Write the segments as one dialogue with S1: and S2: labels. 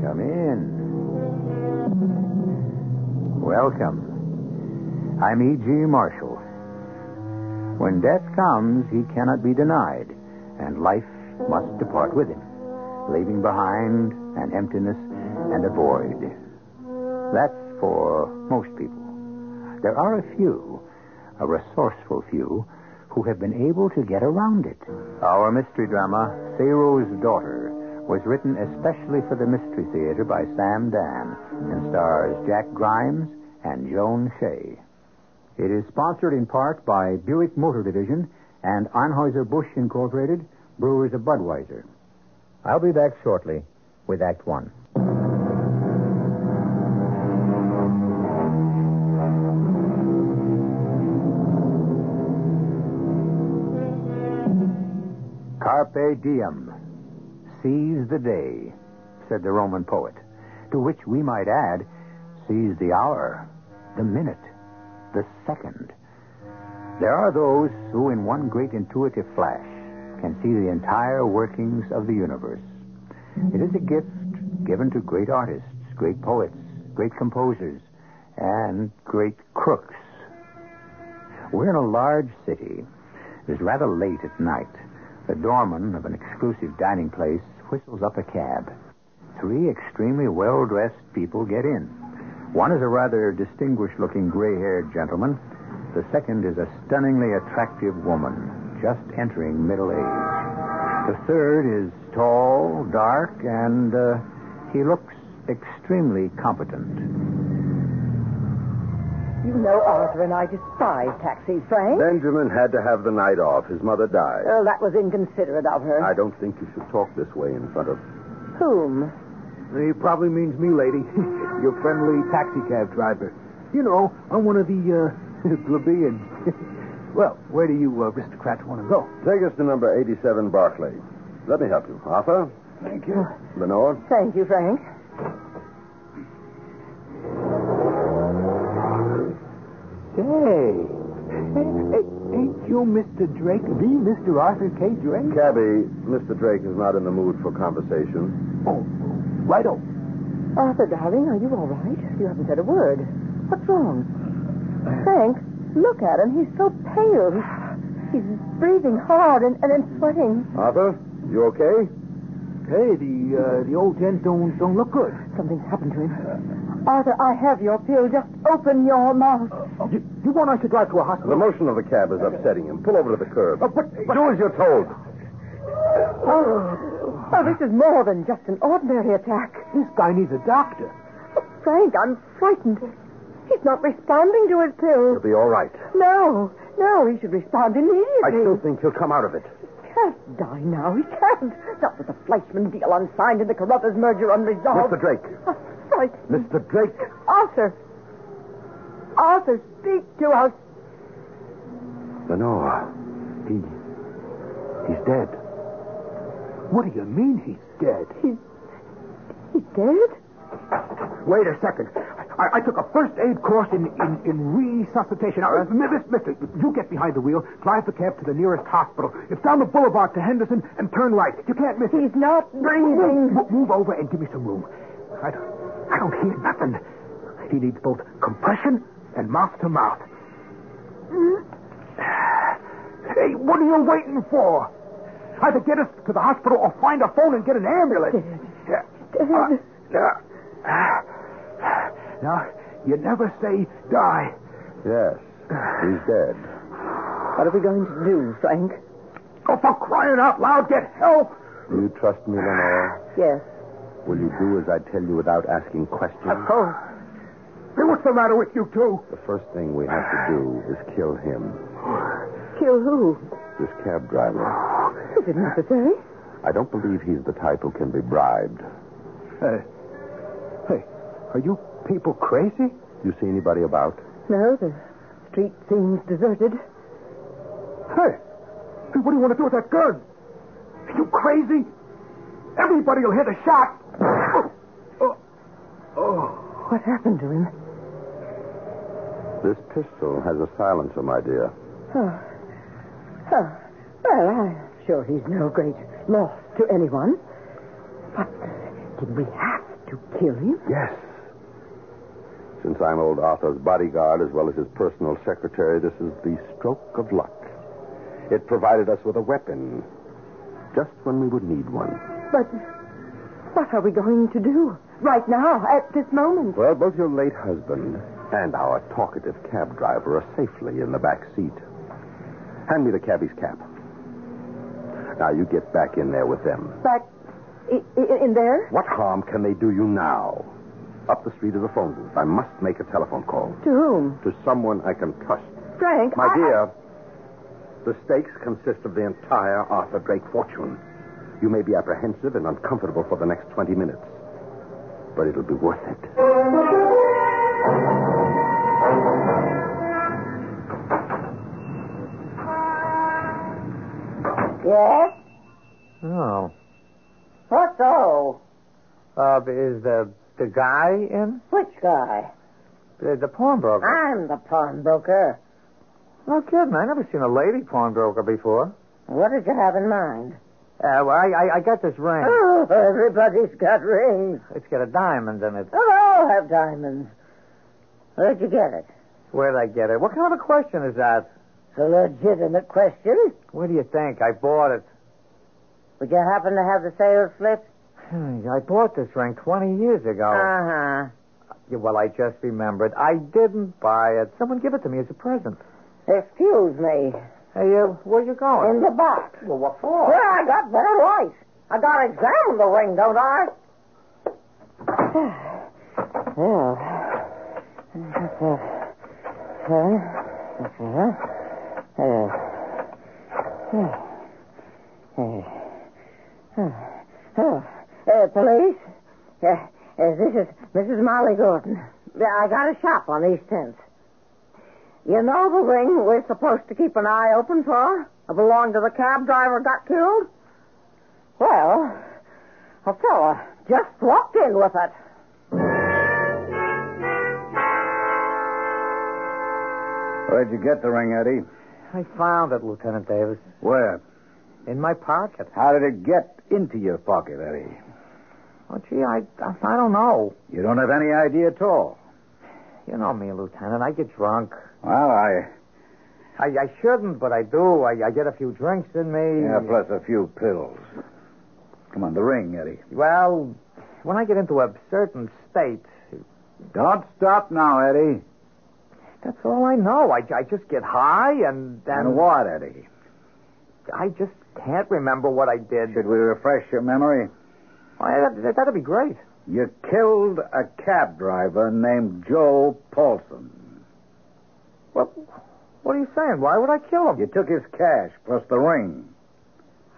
S1: Come in. Welcome. I'm E.G. Marshall. When death comes, he cannot be denied, and life must depart with him, leaving behind an emptiness and a void. That's for most people. There are a few, a resourceful few, who have been able to get around it. Our mystery drama, Pharaoh's Daughter, was written especially for the Mystery Theater by Sam Dan and stars Jack Grimes and Joan Shea. It is sponsored in part by Buick Motor Division and Anheuser-Busch Incorporated, Brewers of Budweiser. I'll be back shortly with Act One. Carpe diem. Seize the day, said the Roman poet, to which we might add, seize the hour, the minute, the second. There are those who, in one great intuitive flash, can see the entire workings of the universe. It is a gift given to great artists, great poets, great composers, and great crooks. We're in a large city. It is rather late at night. The doorman of an exclusive dining place whistles up a cab. Three extremely well dressed people get in. One is a rather distinguished looking gray haired gentleman. The second is a stunningly attractive woman, just entering middle age. The third is tall, dark, and uh, he looks extremely competent.
S2: You know, Arthur and I despise taxis, Frank.
S3: Benjamin had to have the night off. His mother died.
S2: Oh, that was inconsiderate of her.
S3: I don't think you should talk this way in front of.
S2: Whom?
S3: He probably means me, lady. Your friendly taxicab driver. You know, I'm one of the uh, plebeians. well, where do you uh, aristocrats want to go? Take us to number 87 Barclay. Let me help you. Arthur? Thank you. Lenore?
S2: Thank you, Frank.
S1: Say, ain't you Mr. Drake, the Mr. Arthur K. Drake?
S3: Cabby, Mr. Drake is not in the mood for conversation.
S1: Oh, righto.
S2: Arthur, darling, are you all right? You haven't said a word. What's wrong? Frank, look at him. He's so pale. He's, he's breathing hard and, and, and sweating.
S3: Arthur, you okay?
S1: Hey, the uh, the old gent don't don't look good.
S2: Something's happened to him. Arthur, I have your pill. Just open your mouth.
S1: Oh, You, you want us to drive to a hospital? Oh,
S3: The motion of the cab is upsetting him. Pull over to the curb.
S1: but- but-
S3: Do as you're told.
S2: Oh, oh, this is more than just an ordinary attack. Oh,
S1: This guy needs a doctor.
S2: Frank, I'm frightened. He's not responding to his pill.
S3: He'll be all right.
S2: No, no, he should respond
S3: I
S2: immediately.
S3: still think he'll come out of it.
S2: He can't die now. He can't. Not with the Fleischman deal unsigned and the Carruthers merger unresolved.
S3: Mr. Drake.
S2: Oh, Frank,
S3: Mr. Drake.
S2: Arthur. Arthur, speak to us.
S3: Lenore, he. He's dead.
S1: What do you mean he's dead?
S2: He's dead?
S1: Wait a second. I, I took a first aid course in, in, in resuscitation. Now, miss, mister, you get behind the wheel, drive the cab to the nearest hospital. It's down the boulevard to Henderson, and turn right. You can't miss it.
S2: He's not
S1: Move,
S2: breathing.
S1: move- move over and give me some room. I don't, I don't hear nothing. He needs both compression and mouth to mouth. Hey, what are you waiting for? Either get us to the hospital or find a phone and get an ambulance. Yeah. Uh, uh, now, you never say die.
S3: Yes, he's dead.
S2: What are we going to do, Frank?
S1: Oh, for crying out loud, get help.
S3: Do you trust me, Lenore?
S2: Yes.
S4: Will you do as I tell you without asking questions?
S5: Oh. Hey, what's the matter with you two?
S4: The first thing we have to do is kill him,
S2: Kill who?
S4: this cab driver.
S2: Is it necessary?
S4: I don't believe he's the type who can be bribed.
S5: Uh, hey, are you people crazy?
S4: You see anybody about?
S2: No, the street seems deserted.
S5: Hey, hey, what do you want to do with that gun? Are you crazy? Everybody will hear the shot.
S2: What happened to him?
S4: This pistol has a silencer, my dear.
S2: Oh. Oh. Well, I'm sure he's no great loss to anyone. But did we have to kill him?
S4: Yes. Since I'm old Arthur's bodyguard as well as his personal secretary, this is the stroke of luck. It provided us with a weapon just when we would need one.
S2: But what are we going to do right now, at this moment?
S4: Well, both your late husband and our talkative cab driver are safely in the back seat. Hand me the cabbie's cap. Now you get back in there with them.
S2: Back i- i- in there?
S4: What harm can they do you now? Up the street is a phone booth. I must make a telephone call
S2: To whom?
S4: to someone I can trust.
S2: Frank.
S4: My
S2: I-
S4: dear, the stakes consist of the entire Arthur Drake fortune. You may be apprehensive and uncomfortable for the next 20 minutes, but it'll be worth it.
S2: Yes?
S1: Oh.
S2: What so?
S1: Uh, is the the guy in?
S2: Which guy?
S1: The, the pawnbroker.
S2: I'm the pawnbroker.
S1: No kidding. I never seen a lady pawnbroker before.
S2: What did you have in mind?
S1: Uh, well, I, I, I got this ring.
S2: Oh, everybody's got rings.
S1: It's got a diamond in it.
S2: Oh, they all have diamonds. Where'd you get it?
S1: Where'd I get it? What kind of a question is that?
S2: It's a legitimate question.
S1: Where do you think? I bought it.
S2: Would you happen to have the sales slip?
S1: Hmm, I bought this ring 20 years ago.
S2: Uh-huh.
S1: Yeah, well, I just remembered. I didn't buy it. Someone give it to me as a present.
S2: Excuse me.
S1: Hey, uh, where you going?
S2: In the box.
S1: Well, what for?
S2: Well, I got better lights. I gotta examine the ring, don't I? well. Uh, police? Uh, uh, this is Mrs. Molly Gordon. I got a shop on East 10th. You know the ring we're supposed to keep an eye open for? It belonged to the cab driver got killed? Well, a fella just walked in with it.
S5: Where'd you get the ring, Eddie?
S1: I found it, Lieutenant Davis,
S5: Where?
S1: in my pocket.
S5: How did it get into your pocket, Eddie?
S1: Oh, gee, I, I don't know.
S5: You don't have any idea at all.
S1: You know me, Lieutenant. I get drunk.
S5: Well, I.
S1: I, I shouldn't, but I do. I, I get a few drinks in me.
S5: Yeah, plus a few pills. Come on, the ring, Eddie.
S1: Well, when I get into a certain state,
S5: Don't stop now, Eddie.
S1: that's all I know. I, I just get high and then
S5: And what, Eddie?
S1: I just can't remember what I did.
S5: Should we refresh your memory?
S1: Why, that, that'd be great.
S5: You killed a cab driver named Joe Paulson.
S1: What, what are you saying? Why would I kill him?
S5: You took his cash plus the ring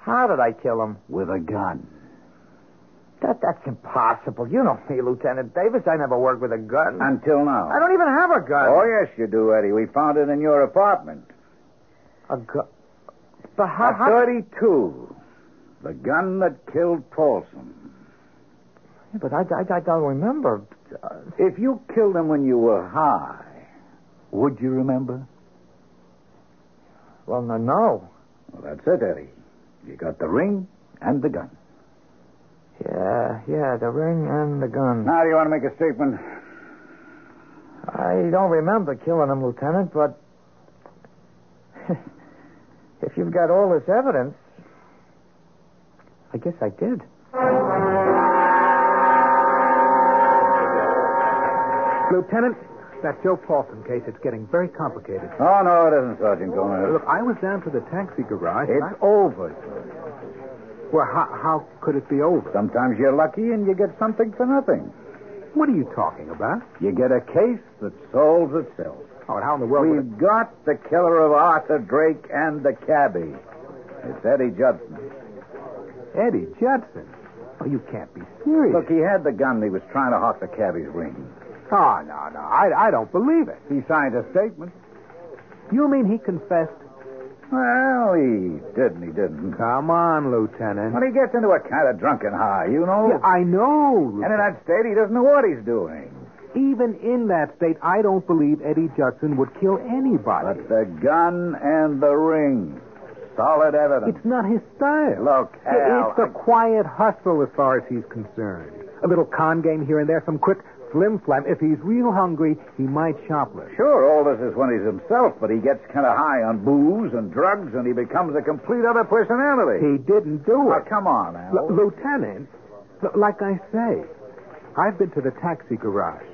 S1: How did I kill him?
S5: with a gun.
S1: That that's impossible. You know me, Lieutenant Davis. I never worked with a gun.
S5: Until now.
S1: I don't even have a gun.
S5: Oh, yes, you do, Eddie. We found it in your apartment.
S1: A gun. But how?
S5: A
S1: how-
S5: 32. The gun that killed Paulson.
S1: Yeah, But I, I, I don't remember. Uh,
S5: If you killed him when you were high, would you remember?
S1: well, no, no.
S5: Well, that's it, Eddie. You got the ring and the gun.
S1: Yeah, yeah, the ring and the gun.
S5: Now, do you want to make a statement?
S1: I don't remember killing him, Lieutenant, but if you've got all this evidence, I guess I did.
S6: Lieutenant, that Joe Paulson case, it's getting very complicated.
S5: Oh, no, it isn't, Sergeant Gomez.
S6: Look, I was down to the taxi garage. and
S5: It's over, George.
S7: Well, how, how could it be over?
S5: Sometimes you're lucky and you get something for nothing.
S7: What are you talking about?
S5: You get a case that solves itself.
S7: Oh, and how in the world? would
S5: We've got the killer of Arthur Drake and the cabbie. It's Eddie Judson.
S7: it- Eddie Judson. Oh, you can't be serious.
S5: Look, he had the gun. and He was trying to hawk the cabbie's ring.
S7: oh, no, no. I, I don't believe it.
S5: He signed a statement.
S7: You mean he confessed?
S5: Well, he didn't. He didn't.
S7: Come on, Lieutenant.
S5: When he gets into a kind of drunken high, you know.
S7: Yeah, I know.
S5: And in that state, he doesn't know what he's doing.
S7: Even in that state, I don't believe Eddie Judson would kill anybody.
S5: But the gun and the ring. Solid evidence.
S7: It's not his style.
S5: Look, Al,
S7: it's the quiet hustle as far as he's concerned. A little con game here and there, some quick flim flam. If he's real hungry, he might shoplift.
S5: Sure, all this is when he's himself, but he gets kind of high on booze and drugs, and he becomes a complete other personality.
S7: He didn't do
S5: Now,
S7: it.
S5: come on, Al.
S7: L- Lieutenant, l- like I say, I've been to the taxi garage.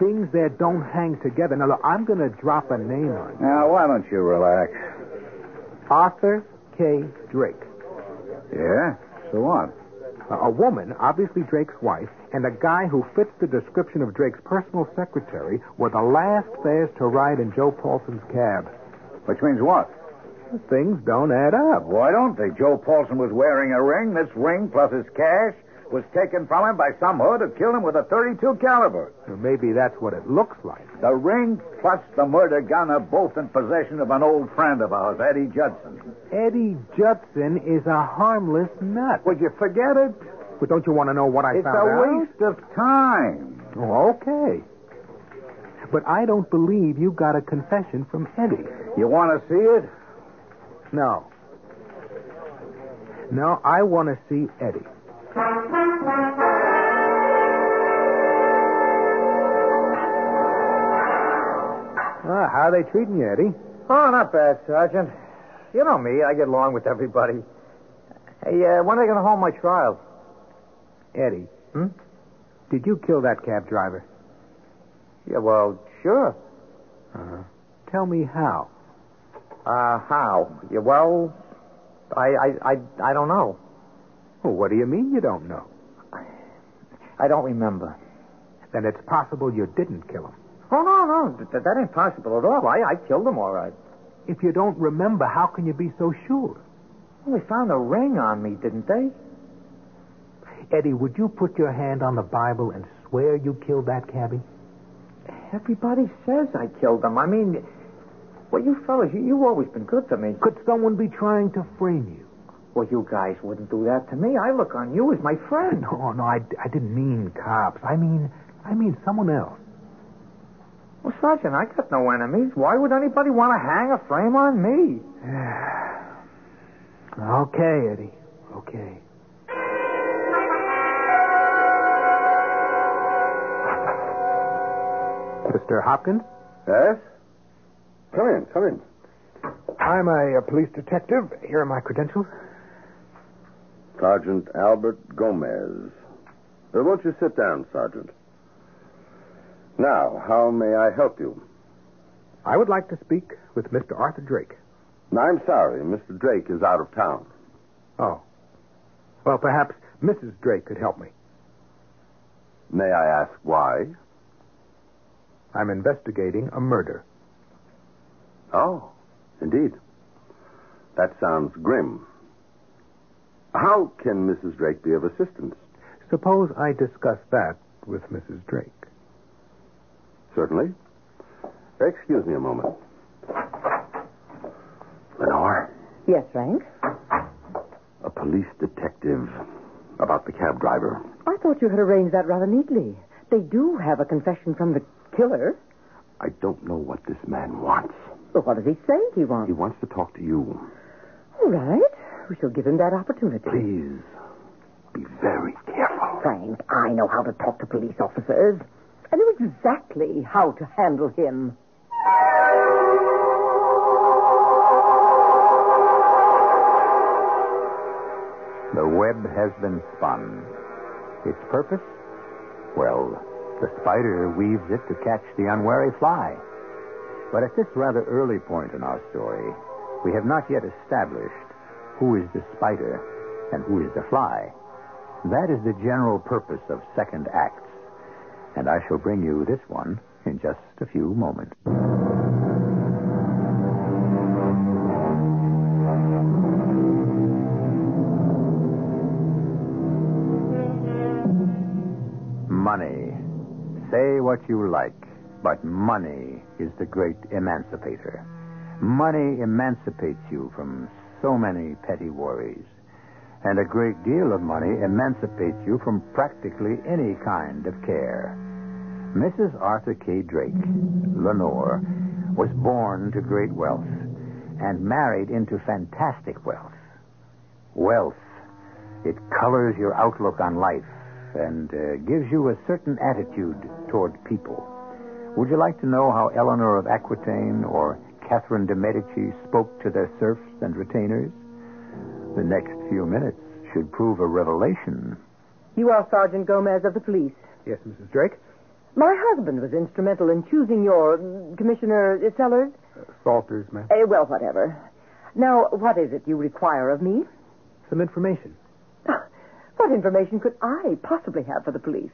S7: Things there don't hang together. Now, look, I'm going to drop a name on you.
S5: Now, why don't you relax?
S7: Arthur K. Drake.
S5: Yeah? So what?
S7: A a woman, obviously Drake's wife, and a guy who fits the description of Drake's personal secretary were the last fares to ride in Joe Paulson's cab.
S5: Which means what?
S7: Things don't add up.
S5: Why don't they? Joe Paulson was wearing a ring. This ring, plus his cash, was taken from him by some hood who killed him with a 32 caliber.
S7: Maybe that's what it looks like.
S5: The ring plus the murder gun are both in possession of an old friend of ours, Eddie Judson.
S7: Eddie Judson is a harmless nut.
S5: Would you forget it?
S7: But don't you want to know what I
S5: It's
S7: found out?
S5: a waste of time.
S7: Oh, okay. But I don't believe you got a confession from Eddie.
S5: You want to see it?
S7: No. No, I want to see Eddie. Ah, how are they treating you, Eddie?
S1: Oh, not bad, Sergeant. You know me. I get along with everybody. Hey, uh, when are they going to hold my trial?
S7: Eddie.
S1: Hmm?
S7: Did you kill that cab driver?
S1: Yeah, well, sure.
S7: Uh-huh. Tell me how.
S1: Uh, how? Yeah, well, I, I, I, I don't know.
S7: Well, what do you mean you don't know?
S1: I don't remember.
S7: Then it's possible you didn't kill him.
S1: Oh, no, no. That, that ain't possible at all. I, I killed him all right.
S7: If you don't remember, how can you be so sure?
S1: Well, they found a ring on me, didn't they?
S7: Eddie, would you put your hand on the Bible and swear you killed that cabbie?
S1: Everybody says I killed them. I mean, well, you fellas, you, you've always been good to me.
S7: Could someone be trying to frame you?
S1: Well, you guys wouldn't do that to me. I look on you as my friend.
S7: No, no, I, I didn't mean cops. I mean, I mean someone else.
S1: Well, Sergeant, I got no enemies. Why would anybody want to hang a frame on me?
S7: Okay, Eddie. Okay. Mr. Hopkins?
S8: Yes? Come in, come in.
S7: I'm a, police detective. Here are my credentials.
S8: Sergeant Albert Gomez. Uh, won't you sit down, Sergeant? Now, how may I help you?
S7: I would like to speak with Mr. Arthur Drake.
S8: I'm sorry, Mr. Drake is out of town.
S7: Oh. Well, perhaps Mrs. Drake could help me.
S8: May I ask why?
S7: I'm investigating a murder.
S8: Oh, indeed. That sounds grim. How can Mrs. Drake be of assistance?
S7: Suppose I discuss that with Mrs. Drake.
S8: Certainly. Excuse me a moment. Lenore,
S9: Yes, Frank.
S8: a police detective about the cab driver.
S9: I thought you had arranged that rather neatly. They do have a confession from the killer.
S8: I don't know what this man wants.
S9: Well, what does he say he
S8: He
S9: wants?
S8: wants to talk to you.
S9: All right. We shall give him that opportunity.
S8: Please be very careful.
S9: Frank, I know how to talk to police officers. I know exactly how to handle him.
S5: The web has been spun. Its purpose? Well, the spider weaves it to catch the unwary fly. But at this rather early point in our story, we have not yet established who is the spider and who is the fly. That is the general purpose of second acts. And I shall bring you this one in just a few moments. Money. Say what you like, but money is the great emancipator. Money emancipates you from so many petty worries. And a great deal of money emancipates you from practically any kind of care. Mrs. Arthur K. Drake, Lenore, was born to great wealth and married into fantastic wealth. Wealth, it colors your outlook on life and uh, gives you a certain attitude toward people. Would you like to know how Eleanor of Aquitaine or Catherine de Medici spoke to their serfs and retainers? The next few minutes should prove a revelation.
S2: You are Sergeant Gomez of the police.
S7: Yes, Mrs. Drake?
S2: My husband was instrumental in choosing your mm, Commissioner uh, Sellers.
S7: Salters, ma'am.
S2: Eh, well, whatever. Now, what is it you require of me? Ah,
S7: Some information.
S2: What information could I possibly have for the police?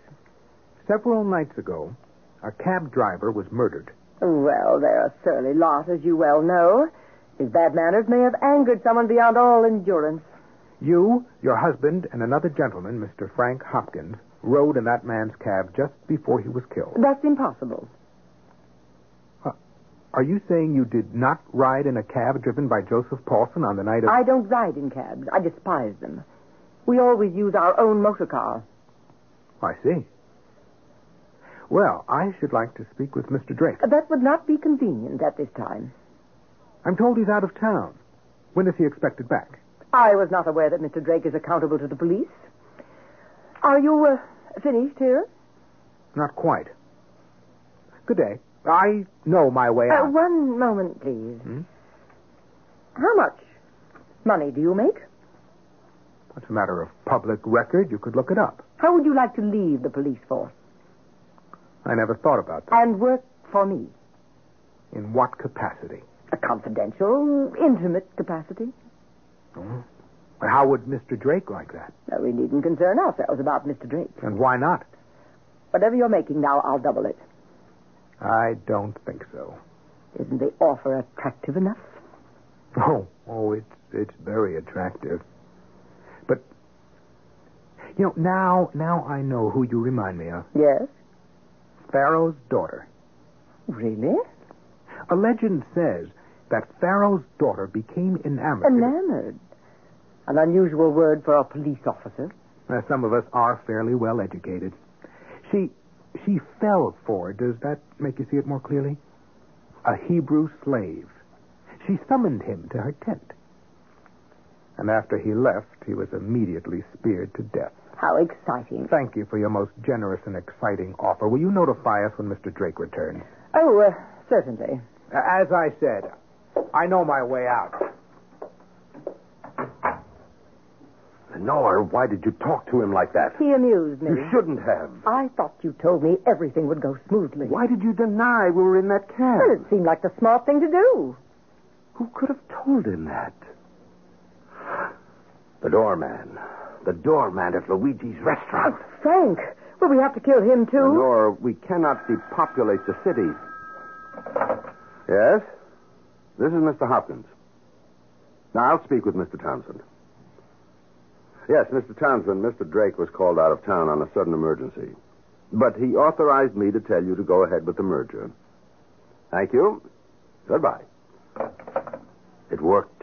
S7: Several nights ago, a cab driver was murdered.
S2: Well, they're a surly lot, as you well know. His bad manners may have angered someone beyond all endurance.
S7: You, your husband, and another gentleman, Mr. Frank Hopkins, rode in that man's cab just before he was killed.
S2: That's impossible.
S7: Are you saying you did not ride in a cab driven by Joseph Paulson on the night of.
S2: I don't ride in cabs. I despise them. We always use our own motor car.
S7: I see. Well, I should like to speak with Mr. Drake.
S2: That would not be convenient at this time.
S7: I'm told he's out of town. When is he expected back?
S2: I was not aware that Mr. Drake is accountable to the police. Are you uh, finished here?
S7: Not quite. Good day. I know my way
S2: Uh,
S7: out.
S2: one moment, please.
S7: Hmm?
S2: How much money do you make?
S7: It's a matter of public record. You could look it up.
S2: How would you like to leave the police force
S7: I never thought about that.
S2: and work for me?
S7: In what capacity?
S2: A confidential, intimate capacity.
S7: But Hmm? how would Mr. Drake like that?
S2: No, we needn't concern ourselves about Mr. Drake.
S7: And why not?
S2: Whatever you're making now, I'll double it.
S7: I don't think so.
S2: Isn't the offer attractive enough?
S7: Oh, oh, it's it's very attractive. But you know, now now I know who you remind me of.
S2: Yes.
S7: Pharaoh's daughter.
S2: Really?
S7: A legend says that Pharaoh's daughter became enamored.
S2: Enamored. An unusual word for a police officer.
S7: Uh, some of us are fairly well educated. She she fell for. Does that make you see it more clearly? A Hebrew slave. She summoned him to her tent. And after he left, he was immediately speared to death.
S2: How exciting.
S7: Thank you for your most generous and exciting offer. Will you notify us when Mr. Drake returns?
S2: Oh, uh, certainly.
S7: Uh, As I said, I know my way out.
S10: Lenore, why did you talk to him like that?
S2: He amused me.
S10: You shouldn't have.
S2: I thought you told me everything would go smoothly.
S10: Why did you deny we were in that
S2: Well,
S10: cab?
S2: it seemed like the smart thing to do.
S10: Who could have told him that? The doorman. The doorman at Luigi's restaurant.
S2: Frank, will we have to kill him too?
S10: Lenore, we cannot depopulate the city. Yes? This is Mr. Hopkins. Now, I'll speak with Mr. Townsend. Yes, Mr. Townsend, Mr. Drake was called out of town on a sudden emergency. But he authorized me to tell you to go ahead with the merger. Thank you. Goodbye. It worked.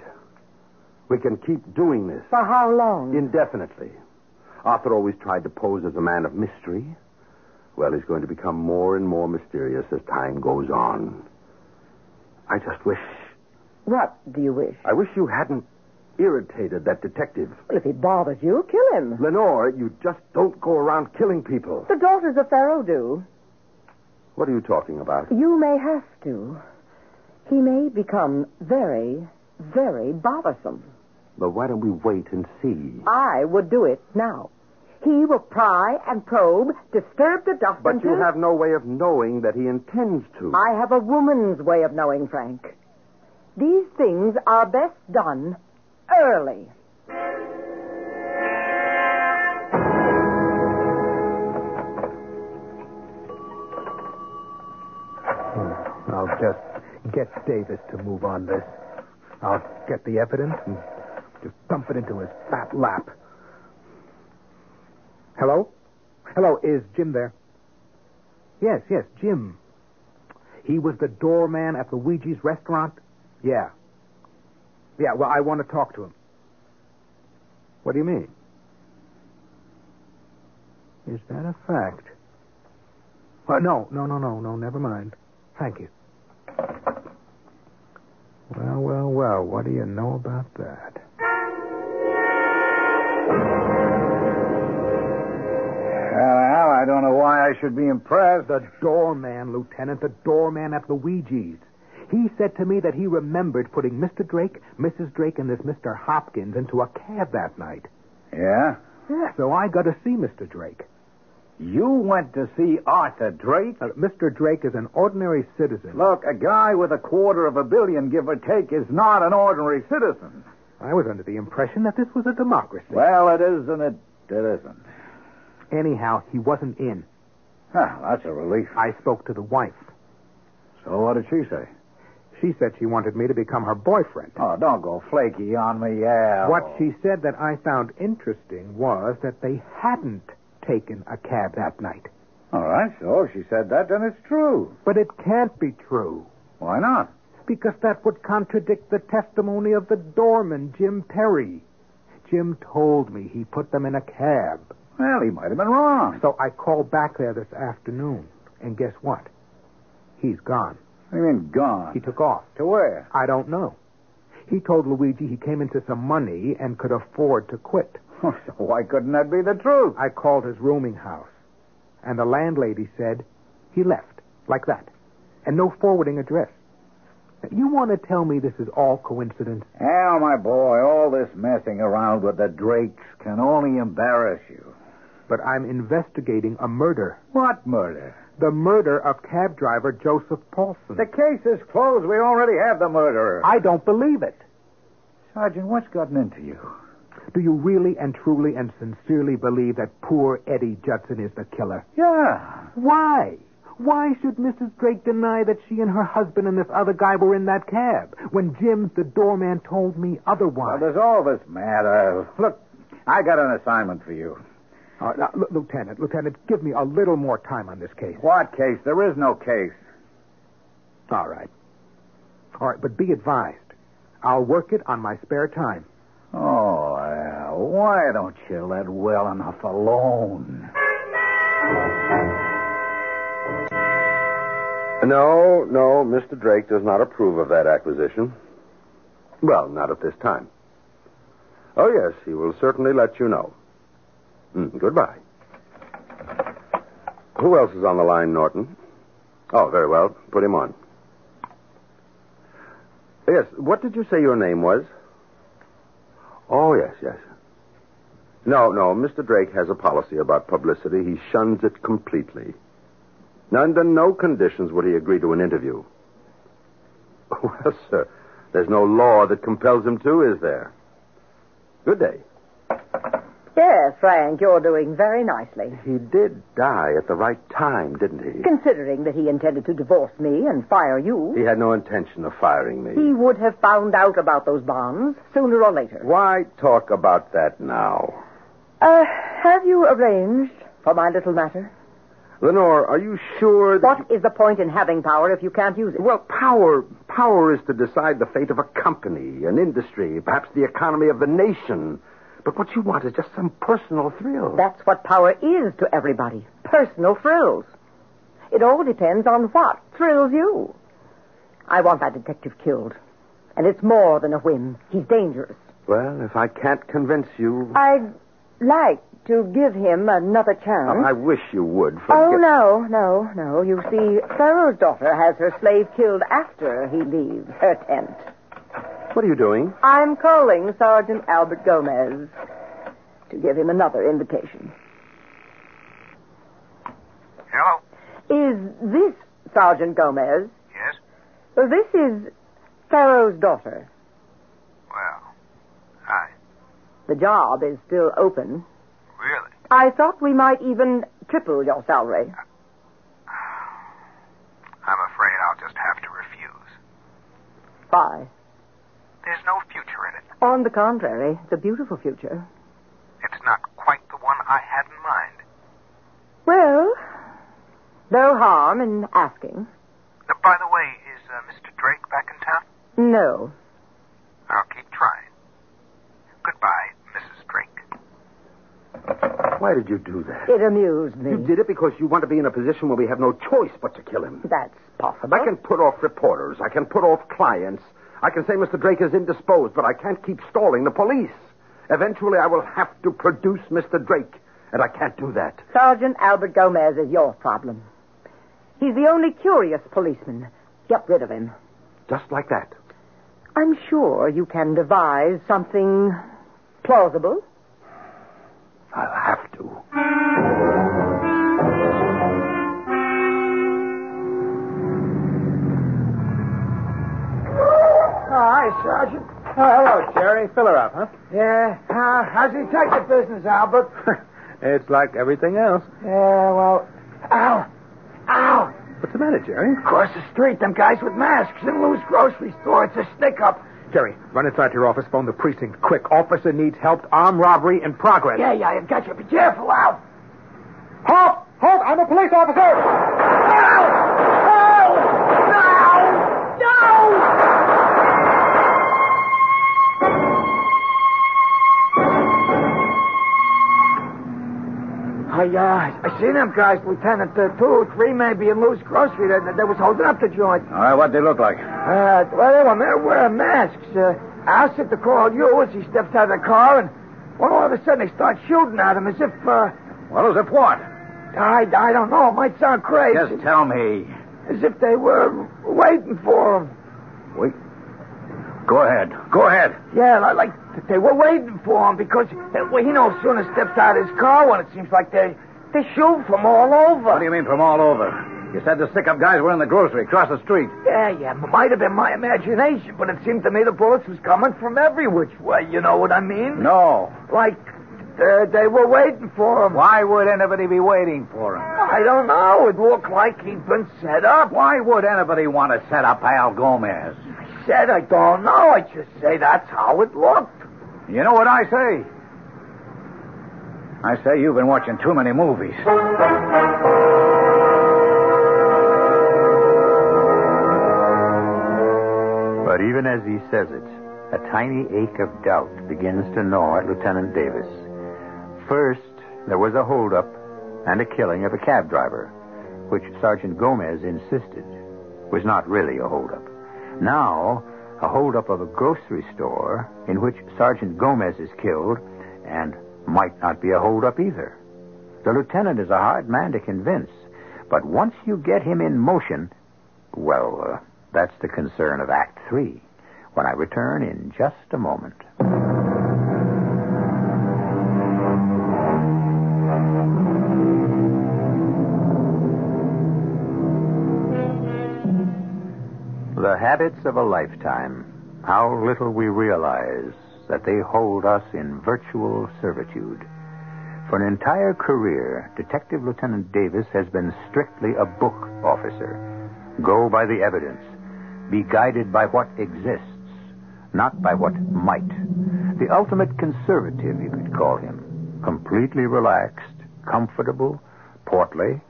S10: We can keep doing this.
S2: For how long?
S10: Indefinitely. Arthur always tried to pose as a man of mystery. Well, he's going to become more and more mysterious as time goes on. I just wish.
S2: What do you wish?
S10: I wish you hadn't irritated that detective.
S2: Well, if he bothers you, kill him.
S10: Lenore, you just don't go around killing people.
S2: The daughters of Pharaoh do.
S10: What are you talking about?
S2: You may have to. He may become very, very bothersome.
S10: But why don't we wait and see?
S2: I would do it now. He will pry and probe, disturb the dust.
S10: But you
S2: until-
S10: have no way of knowing that he intends to.
S2: I have a woman's way of knowing, Frank. These things are best done early.
S7: Just get Davis to move on this. I'll get the evidence and just dump it into his fat lap. Hello? Hello, is Jim there? Yes, yes, Jim. He was the doorman at Luigi's restaurant? Yeah. Yeah, well, I want to talk to him. What do you mean? Is that a fact? Well, no, no, no, no, no, never mind. Thank you. Well, well, well, what do you know about that?
S5: Well, I don't know why I should be impressed.
S7: The doorman, Lieutenant, the doorman at Luigi's. He said to me that he remembered putting Mr. Drake, Mrs. Drake, and this Mr. Hopkins into a cab that night.
S5: Yeah?
S7: Yeah. So I got to see Mr. Drake.
S5: You went to see Arthur Drake?
S7: Uh, Mr. Drake is an ordinary citizen.
S5: Look, a guy with a quarter of a billion, give or take, is not an ordinary citizen.
S7: I was under the impression that this was a democracy.
S5: Well, it is and it, it isn't.
S7: Anyhow, he wasn't in.
S5: Huh, that's a relief.
S7: I spoke to the wife.
S5: So what did she say?
S7: She said she wanted me to become her boyfriend.
S5: Oh, don't go flaky on me, Al.
S7: What she said that I found interesting was that they hadn't taken a cab that night.
S5: All right, so if she said that, then it's true.
S7: But it can't be true,
S5: Why not?
S7: because that would contradict the testimony of the doorman, Jim Perry. Jim told me he put them in a cab.
S5: Well, he might have been wrong.
S7: So I called back there this afternoon, and guess what? He's gone.
S5: What do you mean, gone?
S7: He took off.
S5: To where?
S7: I don't know. He told Luigi he came into some money and could afford to quit.
S5: Oh, so why couldn't that be the truth?
S7: I called his rooming house, and the landlady said he left like that, and no forwarding address. Now, You want to tell me this is all coincidence?
S5: Al, my boy, all this messing around with the Drakes can only embarrass you.
S7: But I'm investigating a murder.
S5: What murder?
S7: The murder of cab driver Joseph Paulson.
S5: The case is closed. We already have the murderer.
S7: I don't believe it.
S5: Sergeant, what's gotten into you?
S7: Do you really and truly and sincerely believe that poor Eddie Judson is the killer?
S5: Yeah.
S7: Why? Why should Mrs. Drake deny that she and her husband and this other guy were in that cab when Jim, the doorman, told me
S5: Well,
S7: otherwise?
S5: there's all this matter. Look, I got an assignment for you.
S7: Uh, now, Lu- Lieutenant, Lieutenant, give me a little more time on this case.
S5: What case? There is no case.
S7: All right. All right, but be advised. I'll work it on my spare time.
S5: Oh, Al, why don't you let well enough alone?
S11: No, no, Mr. Drake does not approve of that acquisition. Well, not at this time. Oh, yes, he will certainly let you know. Mm, goodbye. Who else is on the line, Norton? Oh, very well. Put him on. Yes, what did you say your name was? Oh, yes, yes. No, no, Mr. Drake has a policy about publicity. He shuns it completely. Under no conditions would he agree to an interview. Well, sir, there's no law that compels him to, is there? Good day.
S2: Yes, Frank, you're doing very nicely.
S11: He did die at the right time, didn't he?
S2: Considering that he intended to divorce me and fire you,
S11: He had no intention of firing me.
S2: he would have found out about those bonds sooner or later.
S11: Why talk about that now?
S2: Uh, have you arranged for my little matter?
S11: Lenore, are you sure that.
S2: What is the point in having power if you can't use it?
S11: Well, power power is to decide the fate of a company, an industry, perhaps the economy of the nation. But what you want is just some personal thrill.
S2: That's what power is to everybody personal thrills. It all depends on what thrills you. I want that detective killed. And it's more than a whim. He's dangerous.
S11: Well, if I can't convince you,
S2: I'd like to give him another chance.
S11: I wish you would.
S2: Oh,
S11: forget-
S2: no, no, no. You see, Pharaoh's daughter has her slave killed after he leaves her tent.
S11: What are you doing?
S2: I'm calling Sergeant Albert Gomez to give him another invitation.
S5: Hello?
S2: Is this Sergeant Gomez?
S5: Yes?
S2: This is Pharaoh's daughter.
S5: Well, hi.
S2: The job is still open.
S5: Really?
S2: I thought we might even triple your salary.
S5: I'm afraid I'll just have to refuse.
S2: spy.
S12: There's no future in it.
S2: On the contrary, it's a beautiful future.
S12: It's not quite the one I had in mind.
S2: Well, no harm in asking.
S12: Uh, by the way, is uh, Mr. Drake back in town?
S2: No.
S12: I'll keep trying. Goodbye, Mrs. Drake.
S7: Why did you do that?
S2: It amused me.
S7: You did it because you want to be in a position where we have no choice but to kill him.
S2: That's possible.
S7: I can put off reporters. I can put off clients. I can say Mr. Drake is indisposed, but I can't keep stalling the police. Eventually, I will have to produce Mr. Drake, and I can't do that.
S2: Sergeant Albert Gomez is your problem. He's the only curious policeman. Get rid of him.
S7: Just like that.
S2: I'm sure you can devise something plausible.
S7: I'll have to.
S1: Hi, Sergeant. Oh, hello, Jerry. Fill her up, huh? Yeah. Uh, how's the detective business, Albert?
S13: It's like everything else.
S1: yeah, well. Ow! Ow!
S13: What's the matter, Jerry?
S1: Across the street, them guys with masks in Lou's grocery store. It's a stick up.
S13: Jerry, run inside your office, phone the precinct, quick. Officer needs help. Armed robbery in progress.
S1: Yeah, yeah, I got you. Be careful, Al.
S13: Halt! Halt! I'm a police officer!
S1: I, uh, I seen them guys, Lieutenant. Uh, two, three maybe in Lou's grocery that, that was holding up the joint.
S14: All right, what'd they look like?
S1: Uh, well, they were ma- wearing masks. Uh, Al said to call you as he stepped out of the car, and well, all of a sudden they start shooting at him as if, uh,
S14: Well, as if what?
S1: I, I don't know, it might sound crazy.
S14: Just tell me.
S1: As if they were waiting for him.
S14: Wait. Go ahead. Go ahead.
S1: Yeah, li- like they were waiting for him because, uh, well, you know, as soon as steps out of his car, when it seems like they they shoot from all over.
S14: What do you mean from all over? You said the stick-up guys were in the grocery across the street.
S1: Yeah, yeah, m- might have been my imagination, but it seemed to me the bullets was coming from every which way. You know what I mean?
S14: No.
S1: Like uh, they were waiting for him.
S14: Why would anybody be waiting for him?
S1: I don't know. It looked like he'd been set up.
S14: Why would anybody want to set up Al Gomez?
S1: I said I don't know. I just say that's how it looked.
S14: You know what I say? I say you've been watching too many movies.
S5: But even as he says it, a tiny ache of doubt begins to gnaw at Lieutenant Davis. First, there was a holdup and a killing of a cab driver, which Sergeant Gomez insisted was not really a holdup. Now, a holdup of a grocery store in which Sergeant Gomez is killed and might not be a holdup either. The lieutenant is a hard man to convince, but once you get him in motion, well, uh, that's the concern of Act Three. When I return in just a moment. The habits of a lifetime. How little we realize that they hold us in virtual servitude. For an entire career, Detective Lieutenant Davis has been strictly a book officer. Go by the evidence. Be guided by what exists, not by what might. The ultimate conservative, you could call him. Completely relaxed, comfortable, portly.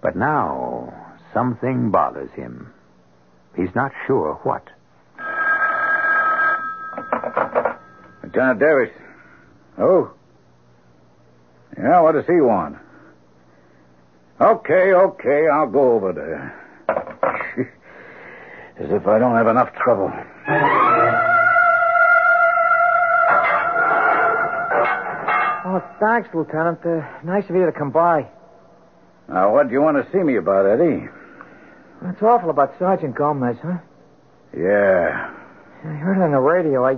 S5: But now, something bothers him. He's not sure what.
S14: Lieutenant Davis. Oh? Yeah, what does he want? Okay, okay, I'll go over there. As if I don't have enough trouble.
S15: Oh, thanks, Lieutenant. Uh, nice of you to come by.
S14: Now, what do you want to see me about, Eddie?
S15: That's awful about Sergeant Gomez, huh?
S14: Yeah.
S15: I heard it on the radio. I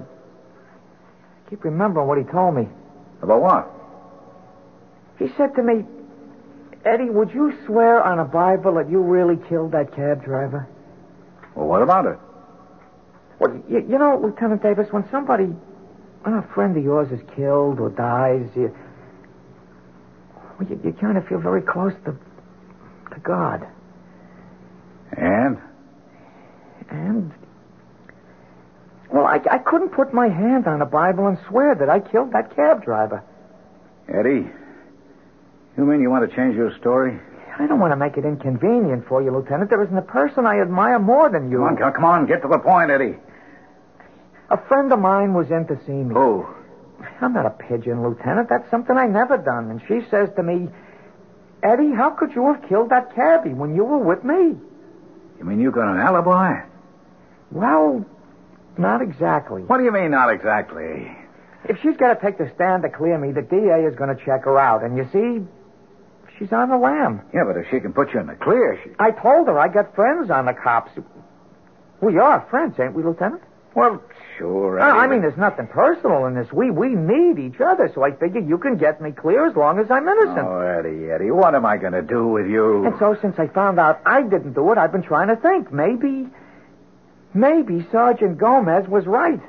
S15: keep remembering what he told me.
S14: About what?
S15: He said to me, Eddie, would you swear on a Bible that you really killed that cab driver?
S14: Well, what about it?
S15: Well, you, you know, Lieutenant Davis, when somebody, when a friend of yours is killed or dies, you, well, you, you kind of feel very close to, to God.
S14: And?
S15: And
S1: Well, I, I couldn't put my hand on a Bible and swear that I killed that cab driver.
S5: Eddie, you mean you want to change your story?
S1: I don't want to make it inconvenient for you, Lieutenant. There isn't a person I admire more than you.
S5: Come on, come come on, get to the point, Eddie.
S1: A friend of mine was in to see me.
S5: Who?
S1: I'm not a pigeon, Lieutenant. That's something I never done. And she says to me, Eddie, how could you have killed that cabbie when you were with me?
S5: You mean you got an alibi?
S1: Well, not exactly.
S5: What do you mean, not exactly?
S1: If she's got to take the stand to clear me, the DA is going to check her out. And you see, she's on the lam.
S5: Yeah, but if she can put you in the clear, she.
S1: I told her I got friends on the cops. We are friends, ain't we, Lieutenant?
S5: Well, sure.
S1: No, Uh, I
S5: Eddie,
S1: mean, there's nothing personal in this. We we need each other, so I figure you can get me clear as long as I'm innocent.
S5: Oh, Eddie, Eddie, what am I going to do with you?
S1: And so, since I found out I didn't do it, I've been trying to think. Maybe, maybe Sergeant Gomez was right.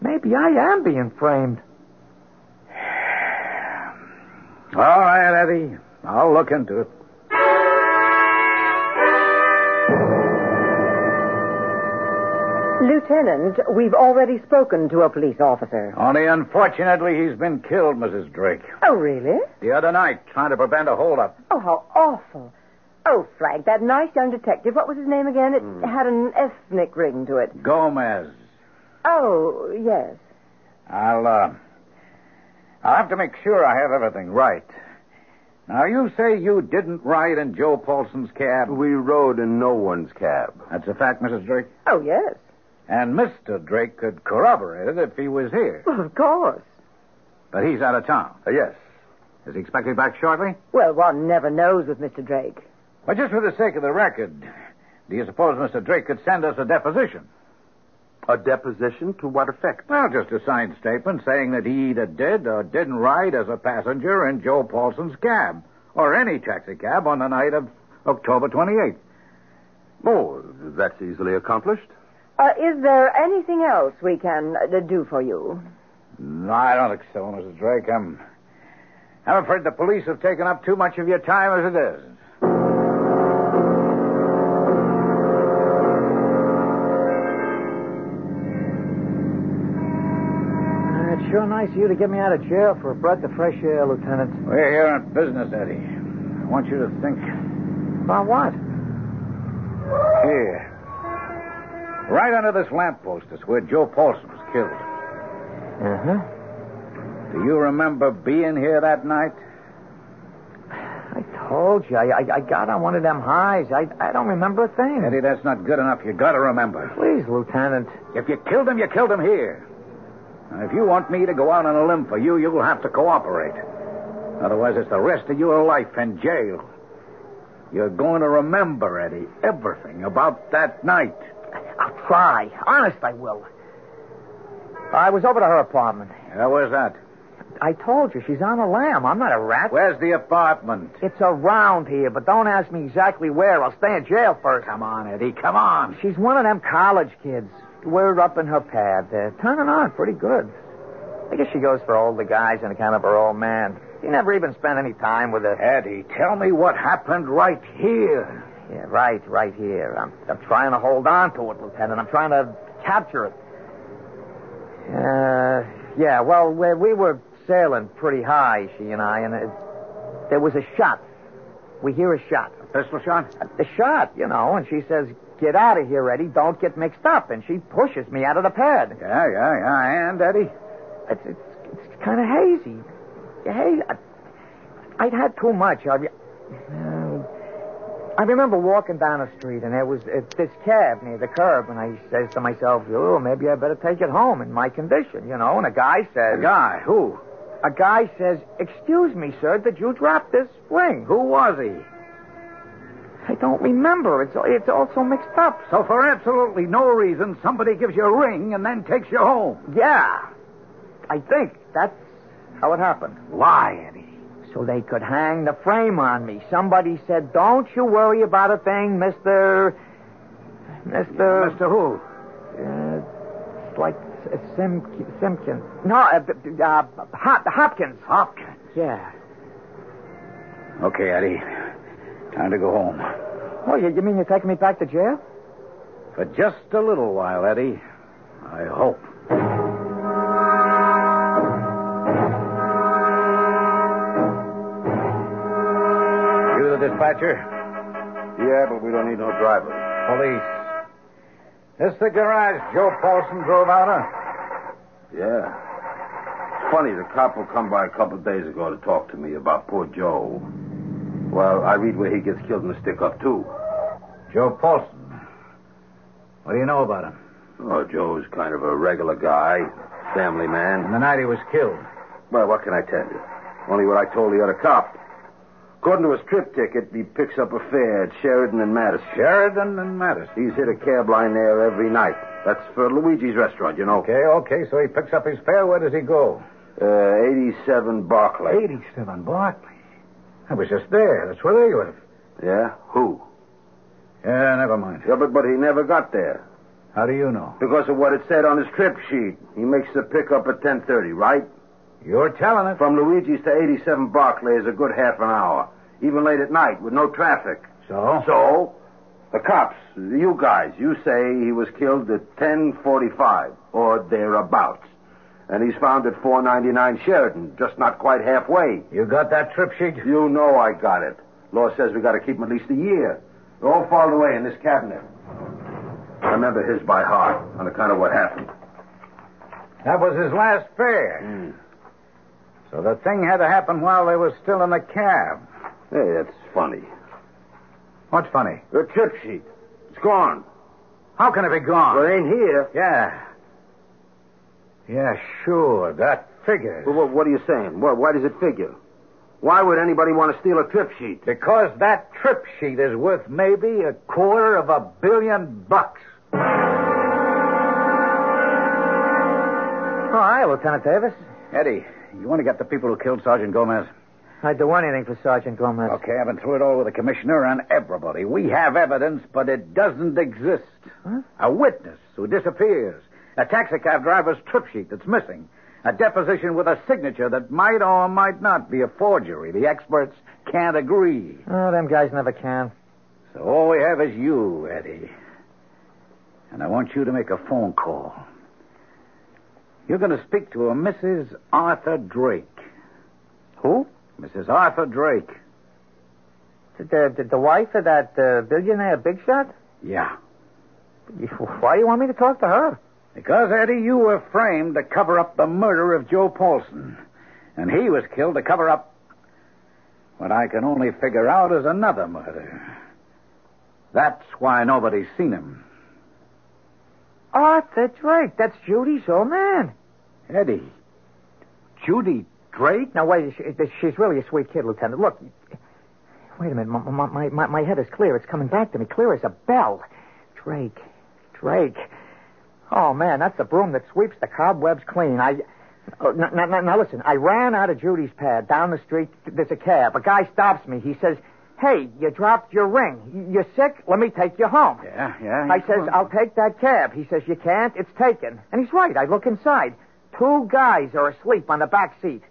S1: Maybe I am being framed.
S5: All right, Eddie. I'll look into it.
S2: Lieutenant, we've already spoken to a police officer.
S5: Only unfortunately, he's been killed, Mrs. Drake.
S2: Oh, really?
S5: The other night, trying to prevent a holdup.
S2: Oh, how awful. Oh, Frank, that nice young detective, what was his name again? It
S7: Hmm.
S2: had an ethnic ring to it.
S5: Gomez.
S2: Oh, yes.
S5: I'll, uh, I'll have to make sure I have everything right. Now, you say you didn't ride in Joe Paulson's cab.
S16: We rode in no one's cab.
S5: That's a fact, Mrs. Drake.
S2: Oh, yes.
S5: And Mr. Drake could corroborate it if he was here.
S2: Well, of course.
S5: But he's out of town.
S16: Uh, yes.
S5: Is he expected back shortly?
S2: Well, one never knows with Mr. Drake.
S5: Well, just for the sake of the record, do you suppose Mr. Drake could send us a deposition?
S16: A deposition to what effect?
S5: Well, just a signed statement saying that he either did or didn't ride as a passenger in Joe Paulson's cab, or any taxi cab on the night of October 28th.
S16: Oh, that's easily accomplished.
S2: Uh, is there anything else we can uh, do for you?
S5: No, Mm, I don't think so, Mrs. Drake. I'm, I'm afraid the police have taken up too much of your time as it is.
S1: Uh, it's sure nice of you to get me out of jail for a breath of fresh air, Lieutenant.
S5: We're here on business, Eddie. I want you to think.
S1: About what?
S5: Here. Right under this lamppost is where Joe Paulson was killed.
S1: Uh
S5: Do you remember being here that night?
S1: huh. I told you, I, I, I got on one of them highs. I, I don't remember a thing.
S5: Eddie, that's not good enough. You gotta remember.
S1: Please, Lieutenant.
S5: If you killed him, you killed him here. And if you want me to go out on a limb for you, you'll have to cooperate. Otherwise, it's the rest of your life in jail. You're going to remember, Eddie, everything about that night.
S1: I'll try. Honest, I will. I was over to her apartment.
S5: Yeah, where's that?
S1: I told you, she's on a lam. I'm not a rat.
S5: Where's the apartment?
S1: It's around here, but don't ask me exactly where. I'll stay in jail first.
S5: Come on, Eddie, come on.
S1: She's one of them college kids. We're up in her pad. They're turning on pretty good. I guess she goes for older guys on account of her old man. He never even spent any time with her.
S5: Eddie, tell me what happened right here.
S1: Yeah, right, right here. I'm, I'm trying to hold on to it, Lieutenant. I'm trying to capture it. Uh, yeah, well, we, we were sailing pretty high, she and I, and it, there was a shot. We hear a shot.
S5: Pistol shot?
S1: The shot, you know, and she says, Get out of here, Eddie. Don't get mixed up. And she pushes me out of the pad.
S5: Yeah, yeah, yeah. And, Eddie?
S1: It's, it's, it's kind of hazy. Hey, I, I'd had too much. I, uh, I remember walking down a street, and there was uh, this cab near the curb, and I says to myself, oh, maybe I better take it home in my condition, you know. And a guy says...
S5: A guy? Who?
S1: A guy says, excuse me, sir, did you drop this ring?
S5: Who was he?
S1: I don't remember. It's, it's all so mixed up.
S5: So, for absolutely no reason, somebody gives you a ring and then takes you home.
S1: Yeah. I think that's how it happened.
S5: Why, Eddie?
S1: So they could hang the frame on me. Somebody said, Don't you worry about a thing, Mr. Mr.
S5: Mr. Who?
S1: Uh, it's like S- Sim, Simpkins. No, uh, b- b- uh, Hop- Hopkins.
S5: Hopkins.
S1: Yeah.
S5: Okay, Eddie. Time to go home.
S1: Oh, you, you mean you're taking me back to jail?
S5: For just a little while, Eddie. I hope. You the dispatcher?
S7: Yeah, but we don't need no driver.
S5: Police. This the garage Joe Paulson drove out of?
S7: Yeah. It's funny, the cop will come by a couple of days ago to talk to me about poor Joe. Well, I read where he gets killed in the stick up, too.
S5: Joe Paulson. What do you know about him?
S7: Oh, Joe's kind of a regular guy, family man.
S5: And the night he was killed.
S7: Well, what can I tell you? Only what I told the other cop. According to his trip ticket, he picks up a fare at Sheridan and Madison.
S5: Sheridan and Madison?
S7: He's hit a cab line there every night. That's for Luigi's restaurant, you know.
S5: Okay, okay, so he picks up his fare. Where does he go?
S7: Uh, 87 Barclay.
S5: 87 Barclay? I was just there. That's where they live.
S7: Yeah? Who?
S5: Yeah, never mind.
S7: Yeah, but, but he never got there.
S5: How do you know?
S7: Because of what it said on his trip sheet. He makes the pickup at 10.30, right?
S5: You're telling it.
S7: From Luigi's to 87 Barclay is a good half an hour, even late at night with no traffic.
S5: So?
S7: So, the cops, you guys, you say he was killed at 10:45 or thereabouts, and he's found at 499 Sheridan, just not quite halfway.
S5: You got that trip sheet?
S7: You know I got it. Law says we got to keep him at least a year. They're all filed away in this cabinet. I remember his by heart on account of what happened.
S5: That was his last fare.
S7: Hmm.
S5: So the thing had to happen while they were still in the cab.
S7: Hey, that's funny.
S5: What's funny?
S7: The trip sheet. It's gone.
S5: How can it be gone?
S7: Well, it ain't here.
S5: Yeah. Yeah, sure. That figures.
S7: Well, what, what are you saying? What, why does it figure? Why would anybody want to steal a trip sheet?
S5: Because that trip sheet is worth maybe a quarter of a billion bucks.
S1: All right, Lieutenant Davis.
S5: Eddie, you want to get the people who killed Sergeant Gomez?
S1: I'd do anything for Sergeant Gomez.
S5: Okay, I've been through it all with the commissioner and everybody. We have evidence, but it doesn't exist.
S1: Huh?
S5: A witness who disappears, a taxicab driver's trip sheet that's missing, a deposition with a signature that might or might not be a forgery. The experts can't agree.
S1: Oh, them guys never can.
S5: So all we have is you, Eddie. And I want you to make a phone call. You're going to speak to a Mrs. Arthur Drake.
S1: Who?
S5: Mrs. Arthur Drake.
S1: The, the, the wife of that uh, billionaire Big Shot?
S5: Yeah.
S1: Why do you want me to talk to her?
S5: Because, Eddie, you were framed to cover up the murder of Joe Paulson. And he was killed to cover up what I can only figure out is another murder. That's why nobody's seen him.
S1: Arthur Drake, that's Judy's old man.
S5: Eddie. Judy Drake?
S1: Now, wait, she, she's really a sweet kid, Lieutenant. Look, wait a minute. My, my, my, my head is clear. It's coming back to me, clear as a bell. Drake. Drake. Oh, man, that's the broom that sweeps the cobwebs clean. I. Oh, now, now, now, now, listen, I ran out of Judy's pad down the street. There's a cab. A guy stops me. He says, Hey, you dropped your ring. You're sick? Let me take you home.
S5: Yeah, yeah.
S1: I says, I'll take that cab. He says, You can't. It's taken. And he's right. I look inside. Two guys are asleep on the back seat.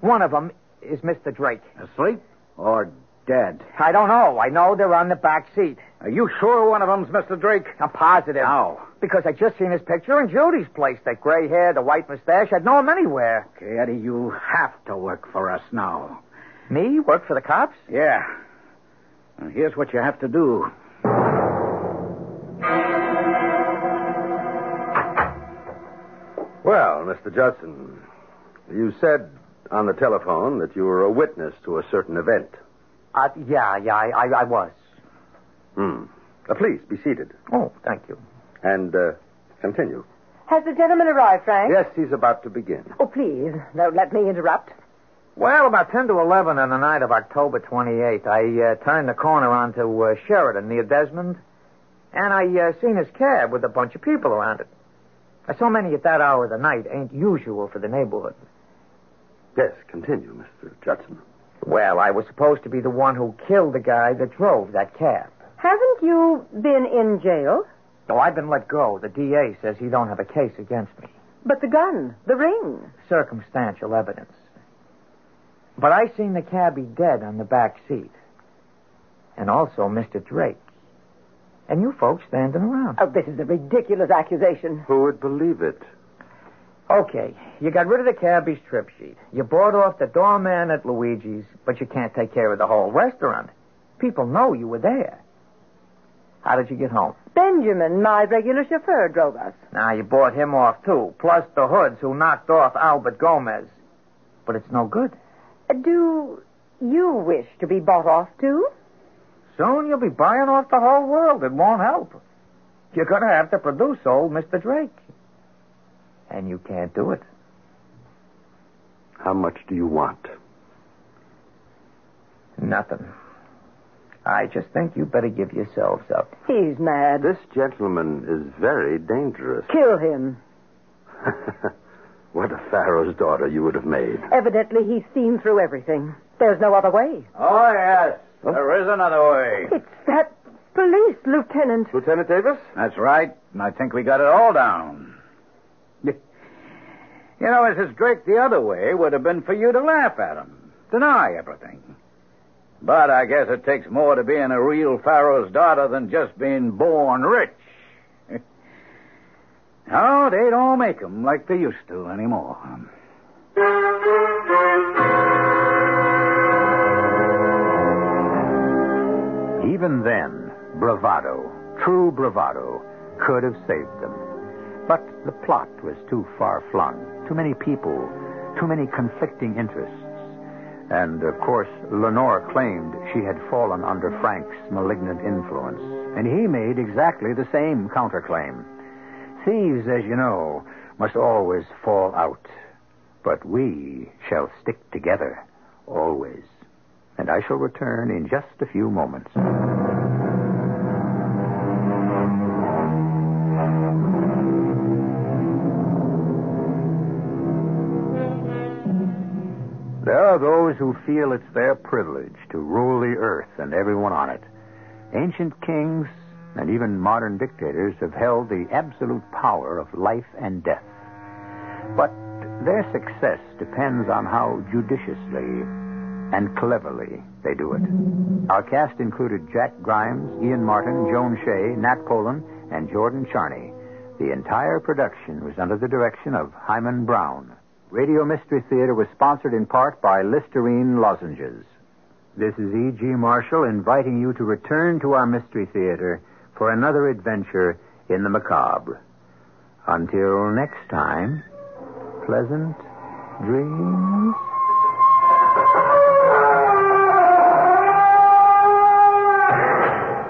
S1: One of them is Mr. Drake.
S5: Asleep or dead?
S1: I don't know. I know they're on the back seat.
S5: Are you sure one of them's Mr. Drake?
S1: I'm positive.
S5: How?
S1: Because I just seen his picture in Judy's place. That gray hair, the white mustache. I'd know him anywhere.
S5: Okay, Eddie, you have to work for us now.
S1: Me? Work for the cops?
S5: Yeah. Now, here's what you have to do.
S7: Well, Mr. Judson, you said on the telephone that you were a witness to a certain event.
S1: Uh, yeah, yeah, I, I, I was.
S7: Hmm. Uh, please, be seated.
S1: Oh, thank you.
S7: And uh, continue.
S2: Has the gentleman arrived, Frank?
S7: Yes, he's about to begin.
S2: Oh, please, don't let me interrupt.
S1: Well, about 10 to 11 on the night of October 28th, I uh, turned the corner onto uh, Sheridan near Desmond, and I uh, seen his cab with a bunch of people around it. Uh, so many at that hour of the night ain't usual for the neighborhood.
S7: Yes, continue, Mr. Judson.
S1: Well, I was supposed to be the one who killed the guy that drove that cab.
S2: Haven't you been in jail?
S1: Though I've been let go, the DA says he don't have a case against me.
S2: But the gun, the ring.
S1: Circumstantial evidence. But I seen the cabbie dead on the back seat. And also Mr. Drake. and you folks standing around.
S2: Oh, this is a ridiculous accusation.
S7: Who would believe it?
S1: Okay, you got rid of the cabbie's trip sheet. You bought off the doorman at Luigi's, but you can't take care of the whole restaurant. People know you were there. How did you get home?
S2: Benjamin, my regular chauffeur, drove us.
S1: Now, you bought him off, too, plus the hoods who knocked off Albert Gomez. But it's no good.
S2: Uh, Do you wish to be bought off, too?
S1: Soon you'll be buying off the whole world. It won't help. You're going to have to produce old Mr. Drake. And you can't do it.
S7: How much do you want?
S1: Nothing. I just think you better give yourselves up.
S2: He's mad.
S7: This gentleman is very dangerous.
S2: Kill him.
S7: what a Pharaoh's daughter you would have made.
S2: Evidently, he's seen through everything. There's no other way.
S17: Oh, yes. There is another way.
S2: It's that police lieutenant.
S7: Lieutenant Davis?
S17: That's right, and I think we got it all down. You know, Mrs. Drake, the other way would have been for you to laugh at him, deny everything. But I guess it takes more to being a real Pharaoh's daughter than just being born rich. no, they don't make 'em like they used to anymore.
S5: Even then, bravado, true bravado, could have saved them. But the plot was too far flung, too many people, too many conflicting interests. And, of course, Lenore claimed she had fallen under Frank's malignant influence. And he made exactly the same counterclaim. Thieves, as you know, must always fall out. But we shall stick together, always. And I shall return in just a few moments. There are those who feel it's their privilege to rule the earth and everyone on it. Ancient kings and even modern dictators have held the absolute power of life and death. But their success depends on how judiciously and cleverly they do it. Our cast included Jack Grimes, Ian Martin, Joan Shea, Nat Polan, and Jordan Charney. The entire production was under the direction of Hyman Brown. Radio Mystery Theater was sponsored in part by Listerine Lozenges. This is E.G. Marshall inviting you to return to our Mystery Theater for another adventure in the macabre. Until next time, pleasant dreams.